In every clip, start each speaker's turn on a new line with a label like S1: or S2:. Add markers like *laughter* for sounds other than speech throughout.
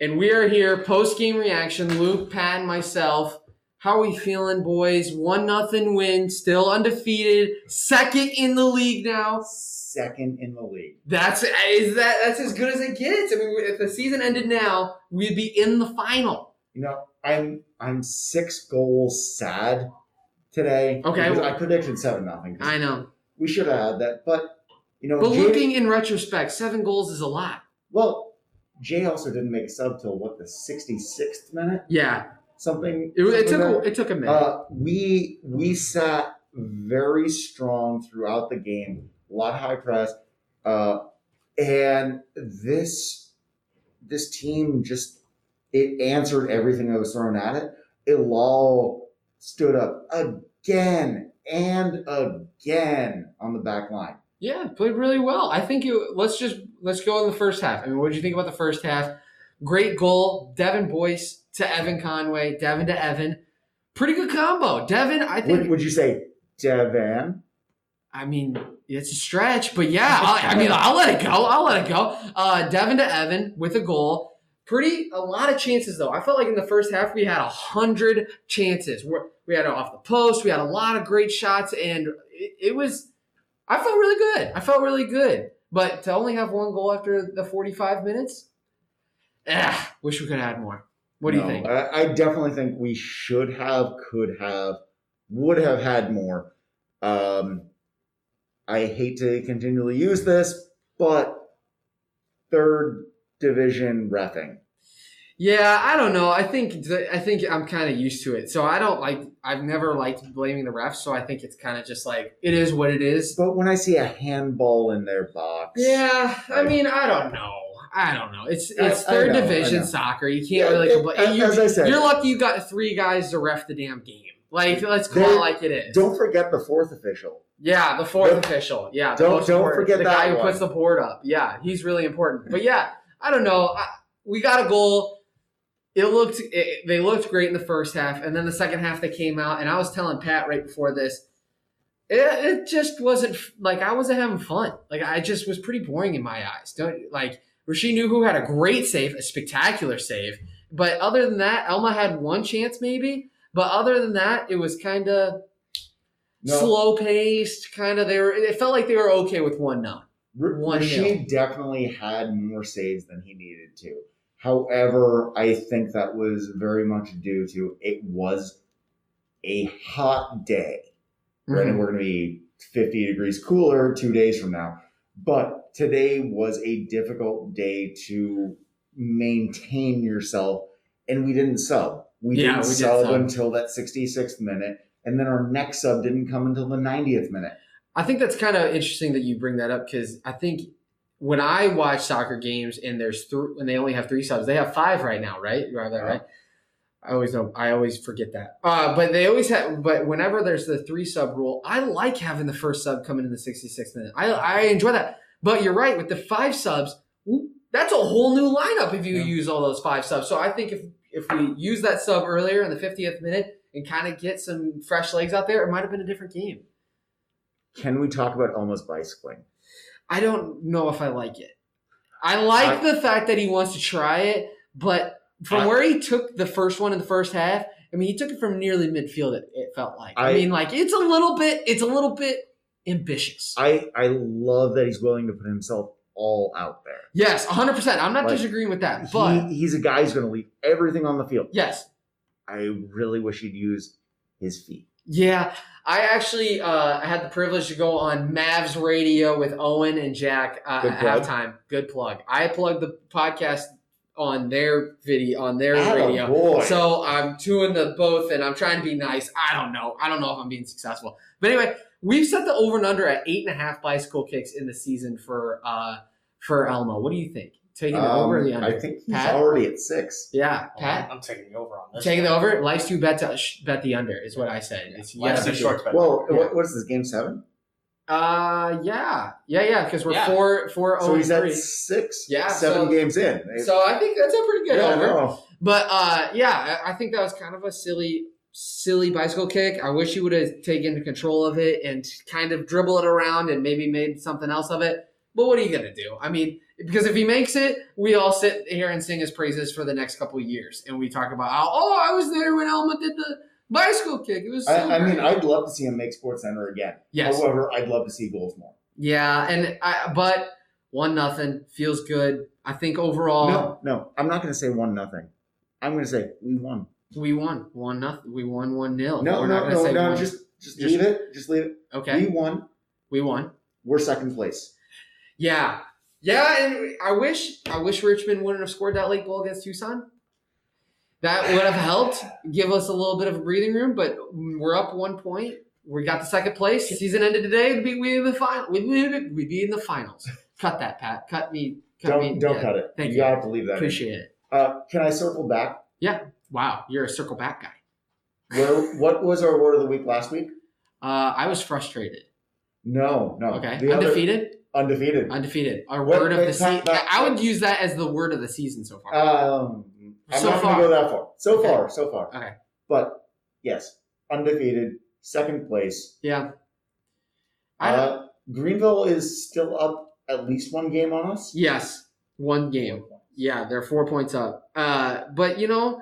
S1: And we are here post game reaction. Luke, Pat, and myself. How are we feeling, boys? One nothing win, still undefeated, second in the league now.
S2: Second in the league.
S1: That's is that that's as good as it gets. I mean, if the season ended now, we'd be in the final.
S2: You know, I'm I'm six goals sad today.
S1: Okay.
S2: because I predicted seven nothing.
S1: I know,
S2: We should have had that, but you know,
S1: but
S2: Jay-
S1: looking in retrospect, seven goals is a lot.
S2: well, Jay also didn't make a sub till what the 66th minute,
S1: Yeah,
S2: something.
S1: it, it
S2: something
S1: took
S2: like
S1: a,
S2: that.
S1: it took a minute.
S2: Uh, we we sat very strong throughout the game. A lot of high press, uh, and this this team just it answered everything that was thrown at it. Ilal stood up again and again on the back line.
S1: Yeah, played really well. I think you. Let's just let's go in the first half. I mean, what did you think about the first half? Great goal, Devin Boyce to Evan Conway, Devin to Evan. Pretty good combo, Devin. I think.
S2: Would, would you say Devan?
S1: I mean, it's a stretch, but yeah. I, I mean, I'll let it go. I'll let it go. Uh, Devin to Evan with a goal. Pretty a lot of chances though. I felt like in the first half we had a hundred chances. We're, we had it off the post. We had a lot of great shots, and it, it was. I felt really good. I felt really good. But to only have one goal after the forty-five minutes, eh, wish we could have had more. What do
S2: No,
S1: you think?
S2: I, I definitely think we should have, could have, would have had more. Um, I hate to continually use this, but third division refing.
S1: Yeah, I don't know. I think I think I'm kind of used to it. So I don't like. I've never liked blaming the refs. So I think it's kind of just like it is what it is.
S2: But when I see a handball in their box,
S1: Yeah, I
S2: Right.
S1: mean, I don't know. I don't know. It's
S2: I-
S1: it's
S2: I
S1: third
S2: know, I
S1: division
S2: know.
S1: soccer. You can't
S2: Yeah,
S1: really
S2: it-
S1: complain.
S2: as,
S1: you,
S2: as I said,
S1: are lucky you got three guys to ref the damn game. Like let's call
S2: There-
S1: it like it is.
S2: don't forget the fourth official.
S1: Yeah, the fourth
S2: Don't-
S1: official. Yeah, the
S2: don't-
S1: most
S2: don't
S1: important.
S2: forget
S1: the
S2: that
S1: guy who
S2: one.
S1: puts the board up. Yeah, he's really important. But yeah, I don't know. I, we got a goal. It looked it, they looked great in the first half, and then the second half they came out. And I was telling Pat right before this, it, it just wasn't f- like I wasn't having fun. Like I just was pretty boring in my eyes. Don't like Rasheed Nuhu had a great save, a spectacular save. But other than that, Elma had one chance maybe. But other than that, it was kind of
S2: No.
S1: slow paced, kind of. They were. It felt like they were okay with one none.
S2: R-
S1: One
S2: Rashid definitely had more saves than he needed to. However, I think that was very much due to it was a hot day.
S1: Mm-hmm.
S2: Granted, we're going to be 50 degrees cooler two days from now. But today was a difficult day to maintain yourself, and we didn't sub. We
S1: Yeah,
S2: didn't
S1: we did
S2: sub
S1: sub.
S2: until that 66th minute, and then our next sub didn't come until the 90th minute.
S1: I think that's kind of interesting that you bring that up because I think when I watch soccer games and there's three and they only have three subs, they have five right now, right? You have that
S2: Yeah.
S1: right? I always know. I always forget that. Uh, but they always have. But whenever there's the three sub rule, I like having the first sub coming in the 66th minute. I I enjoy that. But you're right with the five subs. That's a whole new lineup if you
S2: Yeah.
S1: use all those five subs. So I think if if we use that sub earlier in the 50th minute and kind of get some fresh legs out there, it might have been a different game.
S2: Can we talk about almost bicycling?
S1: I don't know if I like it. I like the fact that he wants to try it, but from
S2: I-
S1: where he took the first one in the first half, I mean, he took it from nearly midfield. It, it felt like. I,
S2: I-
S1: mean, like it's a little bit. It's a little bit ambitious.
S2: I I love that he's willing to put himself all out there.
S1: yes, one hundred percent. I'm not
S2: Like,
S1: disagreeing with that, but
S2: he, he's a guy who's going to leave everything on the field.
S1: yes,
S2: I really wish he'd use his feet.
S1: yeah. I actually uh, had the privilege to go on Mavs Radio with Owen and Jack uh,
S2: Good
S1: at
S2: plug.
S1: halftime. Good plug. I plugged the podcast on their video on their radio.
S2: boy.
S1: So I'm doing the both, and I'm trying to be nice. I don't know. I don't know if I'm being successful. But anyway, we've set the over and under at eight and a half bicycle kicks in the season for uh for Elmo. What do you think? Taking the over or the under?
S2: Um, I think he's
S1: Pat?
S2: already at six.
S1: yeah, Pat.
S3: I'm taking the over on this.
S1: Taking
S3: one.
S1: the over. Life's too bet to sh- bet the under is what I said. It's, you
S3: Life's too
S1: gotta bet the-
S3: short to bet.
S2: Well,
S1: Yeah.
S2: what, what is this game seven?
S1: Uh, yeah, yeah, yeah. Because we're
S3: Yeah.
S1: four four
S2: So
S1: oh and
S2: he's at
S1: three.
S2: six.
S1: Yeah,
S2: seven
S1: so-
S2: games in.
S1: So I think that's a pretty good
S2: yeah,
S1: over.
S2: no.
S1: But uh, yeah, I I think that was kind of a silly, silly bicycle kick. I wish he would have taken control of it and kind of dribble it around and maybe made something else of it. But what are you gonna do? I mean, because if he makes it, we all sit here and sing his praises for the next couple of years, and we talk about how oh I was there when Elma did the bicycle kick. It was. So
S2: I, I mean,
S1: great."
S2: I'd love to see him make Sports Center again.
S1: yes,
S2: However, I'd love to see goals more.
S1: yeah, and I but one nothing feels good. I think overall
S2: no, no, I'm not going to say one nothing. I'm going to say we won.
S1: we won one nothing. We won one nil.
S2: No,
S1: We're not
S2: no,
S1: gonna
S2: no,
S1: say
S2: no.
S1: one.
S2: Just, just
S1: Just-
S2: leave it. Just leave it.
S1: okay.
S2: We won.
S1: We won.
S2: We're second place.
S1: Yeah. Yeah, and I wish I wish Richmond wouldn't have scored that late goal against Tucson. That would have helped give us a little bit of a breathing room, but we're up one point. We got the second place. Season ended today. We'd be we in the final. We'd be, we'd be in the finals. Cut that, Pat. Cut me. Cut
S2: Don't,
S1: me.
S2: don't
S1: Yeah.
S2: cut it.
S1: Thank
S2: you,
S1: you.
S2: gotta have to leave that. in.
S1: Appreciate it.
S2: Uh, can I circle back?
S1: Wow, you're a circle back guy.
S2: Where? what was our word of the week last week?
S1: Uh, I was frustrated.
S2: No, no.
S1: Okay,
S2: Uh, The other-
S1: undefeated,
S2: undefeated.
S1: undefeated. Our
S2: What-
S1: word of
S2: wait,
S1: the
S2: time-
S1: season.
S2: time-
S1: I would use that as the word of the season so far.
S2: Um, I'm
S1: So
S2: not
S1: far.
S2: gonna go that far. So
S1: Okay.
S2: far, so far.
S1: Okay.
S2: But yes, undefeated, second place.
S1: yeah. I don't,
S2: Uh, Greenville is still up at least one game on us.
S1: Yes, one game. Yeah, they're four points up. Uh, but you know,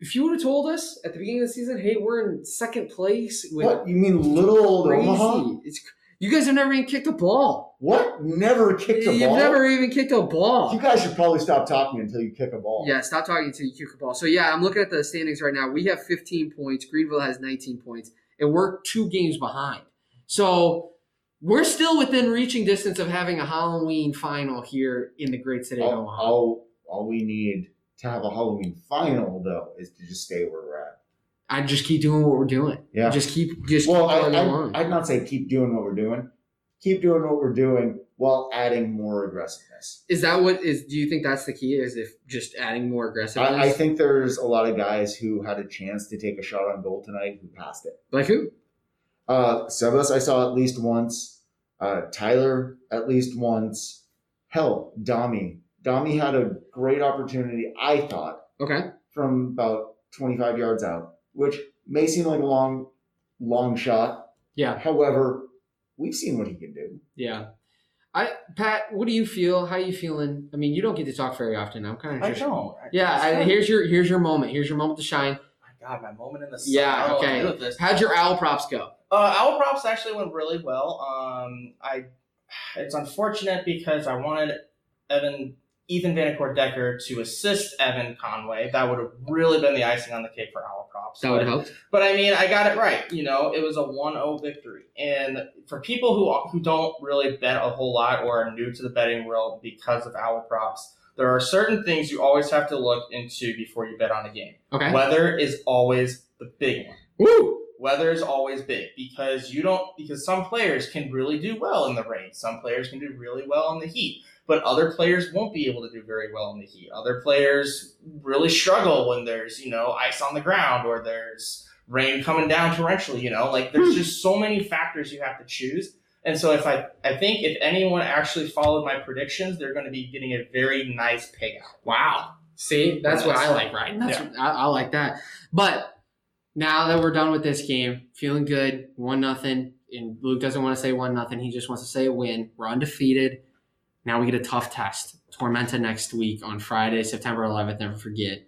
S1: if you would have told us at the beginning of the season, hey, we're in second place with
S2: What Uh-huh. you mean, little old
S1: crazy,
S2: Omaha?
S1: it's cr- you guys have never even kicked a ball.
S2: What? Never kicked a
S1: You've
S2: ball.
S1: never even kicked a
S2: You
S1: ball.
S2: guys should probably stop talking until you kick a ball.
S1: Yeah, stop talking until you kick a ball. So yeah, I'm looking at the standings right now. We have 15 points. Greenville has 19 points, and we're two games behind. So we're still within reaching distance of having a Halloween final here in the Great City of
S2: All,
S1: Omaha.
S2: all, all we need to have a Halloween final though is to just stay where we're at.
S1: I just keep doing what we're doing.
S2: Yeah.
S1: Just keep just
S2: Well,
S1: keep going
S2: I,
S1: along.
S2: I, I'd not say keep doing what we're doing. Keep doing what we're doing while adding more aggressiveness.
S1: is that what is do you think that's the key? Is if just adding more aggressiveness?
S2: I, I think there's a lot of guys who had a chance to take a shot on goal tonight who passed it.
S1: like who?
S2: Uh, Sebas, I saw at least once. Uh, Tyler, at least once. Hell, Dami. Dami had a great opportunity, I thought,
S1: Okay.
S2: from about 25 yards out, which may seem like a long, long shot.
S1: Yeah.
S2: However, we've seen what he can do.
S1: Yeah. I Pat, what do you feel? How you feeling? I mean, you don't get to talk very often. I'm kind of just
S3: don't.
S1: Yeah, I,
S3: I-
S1: here's your here's your moment. Here's your moment to shine.
S3: My God, my moment in the sun.
S1: Yeah,
S3: I don't know what to
S1: okay.
S3: do with this.
S1: How'd your owl props go?
S3: Uh, owl props actually went really well. Um, I it's unfortunate because I wanted Evan Ethan Vanacore Decker to assist Evan Conway. That would have really been the icing on the cake for owl props.
S1: That would have helped.
S3: But I mean, I got it right. You know, it was a 1-0 victory. And for people who who don't really bet a whole lot or are new to the betting world because of owl props, there are certain things you always have to look into before you bet on a game.
S1: Okay.
S3: Weather is always the big one.
S1: Woo!
S3: Weather is always big because you don't because some players can really do well in the rain. Some players can do really well in the heat, but other players won't be able to do very well in the heat. Other players really struggle when there's, you know, ice on the ground or there's rain coming down torrentially, you know? Like there's just so many factors you have to choose. And so if I I think if anyone actually followed my predictions, they're going to be getting a very nice payout.
S1: Wow. See, that's what I like, right? That's what, I, I like that. But now that we're done with this game, feeling good, one nothing, and Luke doesn't want to say one nothing. He just wants to say a win. We're undefeated. Now we get a tough test. Tormenta next week on Friday, September 11th. Never forget.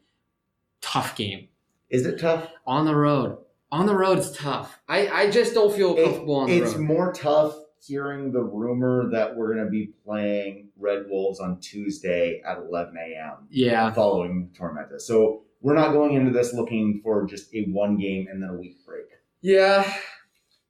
S1: Tough game
S2: Is it tough?
S1: on the road. On the road, it's tough. I, I just don't feel
S2: It-
S1: comfortable on the
S2: it's
S1: road.
S2: more tough hearing the rumor that we're going to be playing Red Wolves on Tuesday at 11 a.m.
S1: Yeah,
S2: following Tormenta. So we're not going into this looking for just a one game and then a week break.
S1: yeah.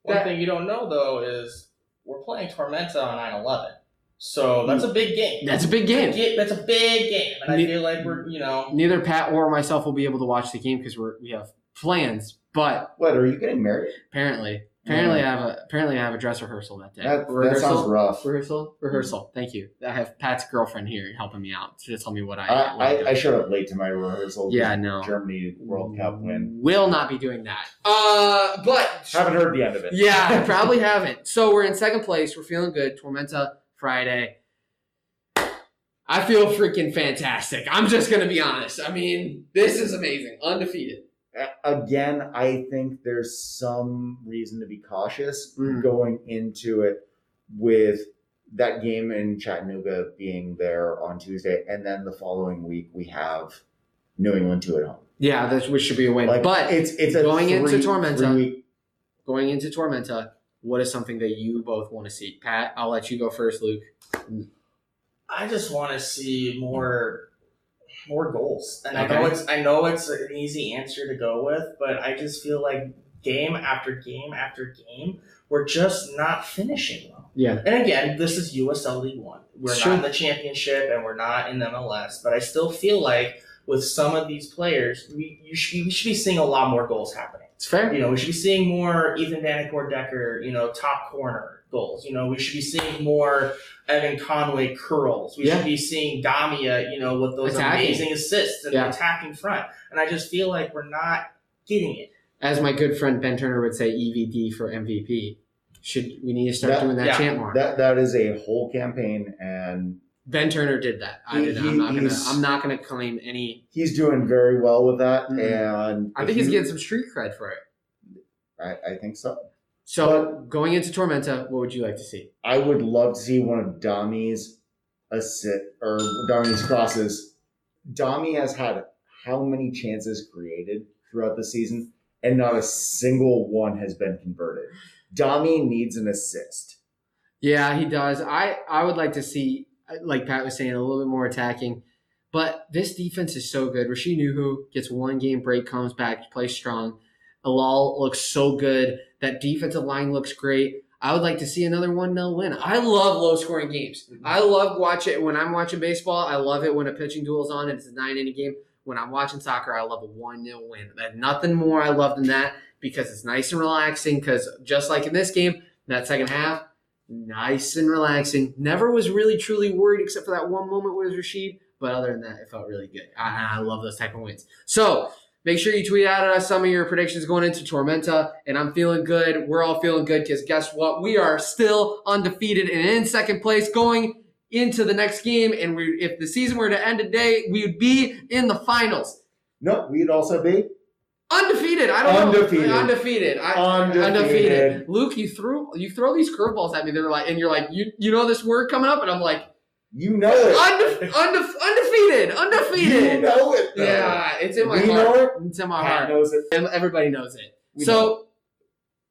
S3: One
S1: That-
S3: thing you don't know though is we're playing Tormenta on 9/11. So that's a big game.
S1: Mm. That's a big game.
S3: Yeah, that's a big game, and I
S1: Ne-
S3: feel like we're you know
S1: Neither Pat or myself will be able to watch the game because we're we have plans, but.
S2: What are you getting married?
S1: Apparently, apparently I have a apparently I have a dress rehearsal that day.
S2: That, that
S1: rehearsal,
S2: sounds rough. Mm-hmm.
S1: rehearsal, rehearsal. Thank you. I have Pat's girlfriend here helping me out to tell me what I.
S2: I,
S1: what I'm
S2: I, I
S1: doing.
S2: showed up late to my rehearsal.
S1: yeah, no.
S2: Germany World
S1: Mm.
S2: Cup win.
S1: Will not be doing that. Uh, but
S2: Haven't heard the end of it.
S1: yeah,
S2: *laughs*
S1: I probably haven't. So we're in second place. We're feeling good. Tormenta Friday. I feel freaking fantastic. I'm just gonna be honest. I mean, this is amazing. Undefeated.
S2: A- Again, I think there's some reason to be cautious
S1: Mm.
S2: going into it with that game in Chattanooga being there on Tuesday, and then the following week we have New England two at home.
S1: Yeah, this which should be a win.
S2: Like
S1: but
S2: it's it's a
S1: going
S2: three,
S1: into Tormenta.
S2: three week-
S1: going into Tormenta, what is something that you both want to see? Pat, I'll let you go first, Luke.
S3: I just want to see more more goals. And
S1: Okay.
S3: I know it's I know it's an easy answer to go with, but I just feel like game after game after game, we're just not finishing well.
S1: Yeah.
S3: And again, this is USL League One. We're
S1: Sure.
S3: not in the championship and we're not in MLS, but I still feel like with some of these players, we you should, we should be seeing a lot more goals happening.
S1: It's fair.
S3: You know, we should be seeing more Ethan Danicourt Decker, you know, top corner goals. You know, we should be seeing more Evan Conway curls. We
S1: Yeah.
S3: should be seeing Damia, you know, with those
S1: Attacking.
S3: amazing assists and
S1: Yeah.
S3: attacking front. And I just feel like we're not getting it.
S1: As my good friend Ben Turner would say, EVD for MVP. Should we need to start
S2: That-
S1: doing that
S3: yeah,
S1: chant more?
S2: that that is a whole campaign, and
S1: ben Turner did that. I
S2: He-
S1: did.
S2: he-
S1: I'm not gonna.
S2: he's-
S1: I'm not gonna claim any.
S2: he's doing very well with that.
S1: Mhm.
S2: And
S1: I
S2: if
S1: think he's
S2: you-
S1: getting some street cred for it.
S2: I, I think so.
S1: So going into Tormenta, what would you like to see?
S2: I would love to see one of Dami's assist or Dami's crosses. Dami has had how many chances created throughout the season, and not a single one has been converted. Dami needs an assist.
S1: Yeah, he does. I I would like to see, like Pat was saying, a little bit more attacking. But this defense is so good. Rasheed Nuhu gets one game break, comes back, plays strong. Alal looks so good. That defensive line looks great. I would like to see another 1 0 win. I love low scoring games. I love watch it when I'm watching baseball. I love it when a pitching duel's on and it's a nine inning game. When I'm watching soccer, I love a 1 0 win. There's nothing more I love than that because it's nice and relaxing. Because just like in this game, that second half, nice and relaxing. Never was really truly worried except for that one moment with Rashid. But other than that, it felt really good. I, I love those type of wins. So make sure you tweet out at us some of your predictions going into Tormenta. And I'm feeling good. We're all feeling good because guess what? We are still undefeated and in second place going into the next game. And we, if the season were to end today, we would be in the finals.
S2: No, we'd also be
S1: Undefeated. I don't
S2: Undefeated.
S1: know. Undefeated. I,
S2: undefeated.
S1: undefeated. Luke, you threw you throw these curveballs at me. They're like, and you're like, you you know this word coming up, and I'm like,
S2: You know it.
S1: unde, unde, undefeated,
S2: You
S1: undefeated.
S2: know it. though.
S1: Yeah, it's in my
S2: We
S1: heart.
S2: know it.
S1: It's in my
S2: Pat
S1: heart.
S2: knows it.
S1: And everybody knows it.
S2: We
S1: so,
S2: know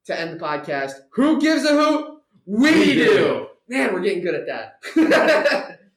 S1: to end the podcast, who gives a hoot? We,
S2: We
S1: do.
S2: do. *laughs*
S1: Man, we're getting good at that.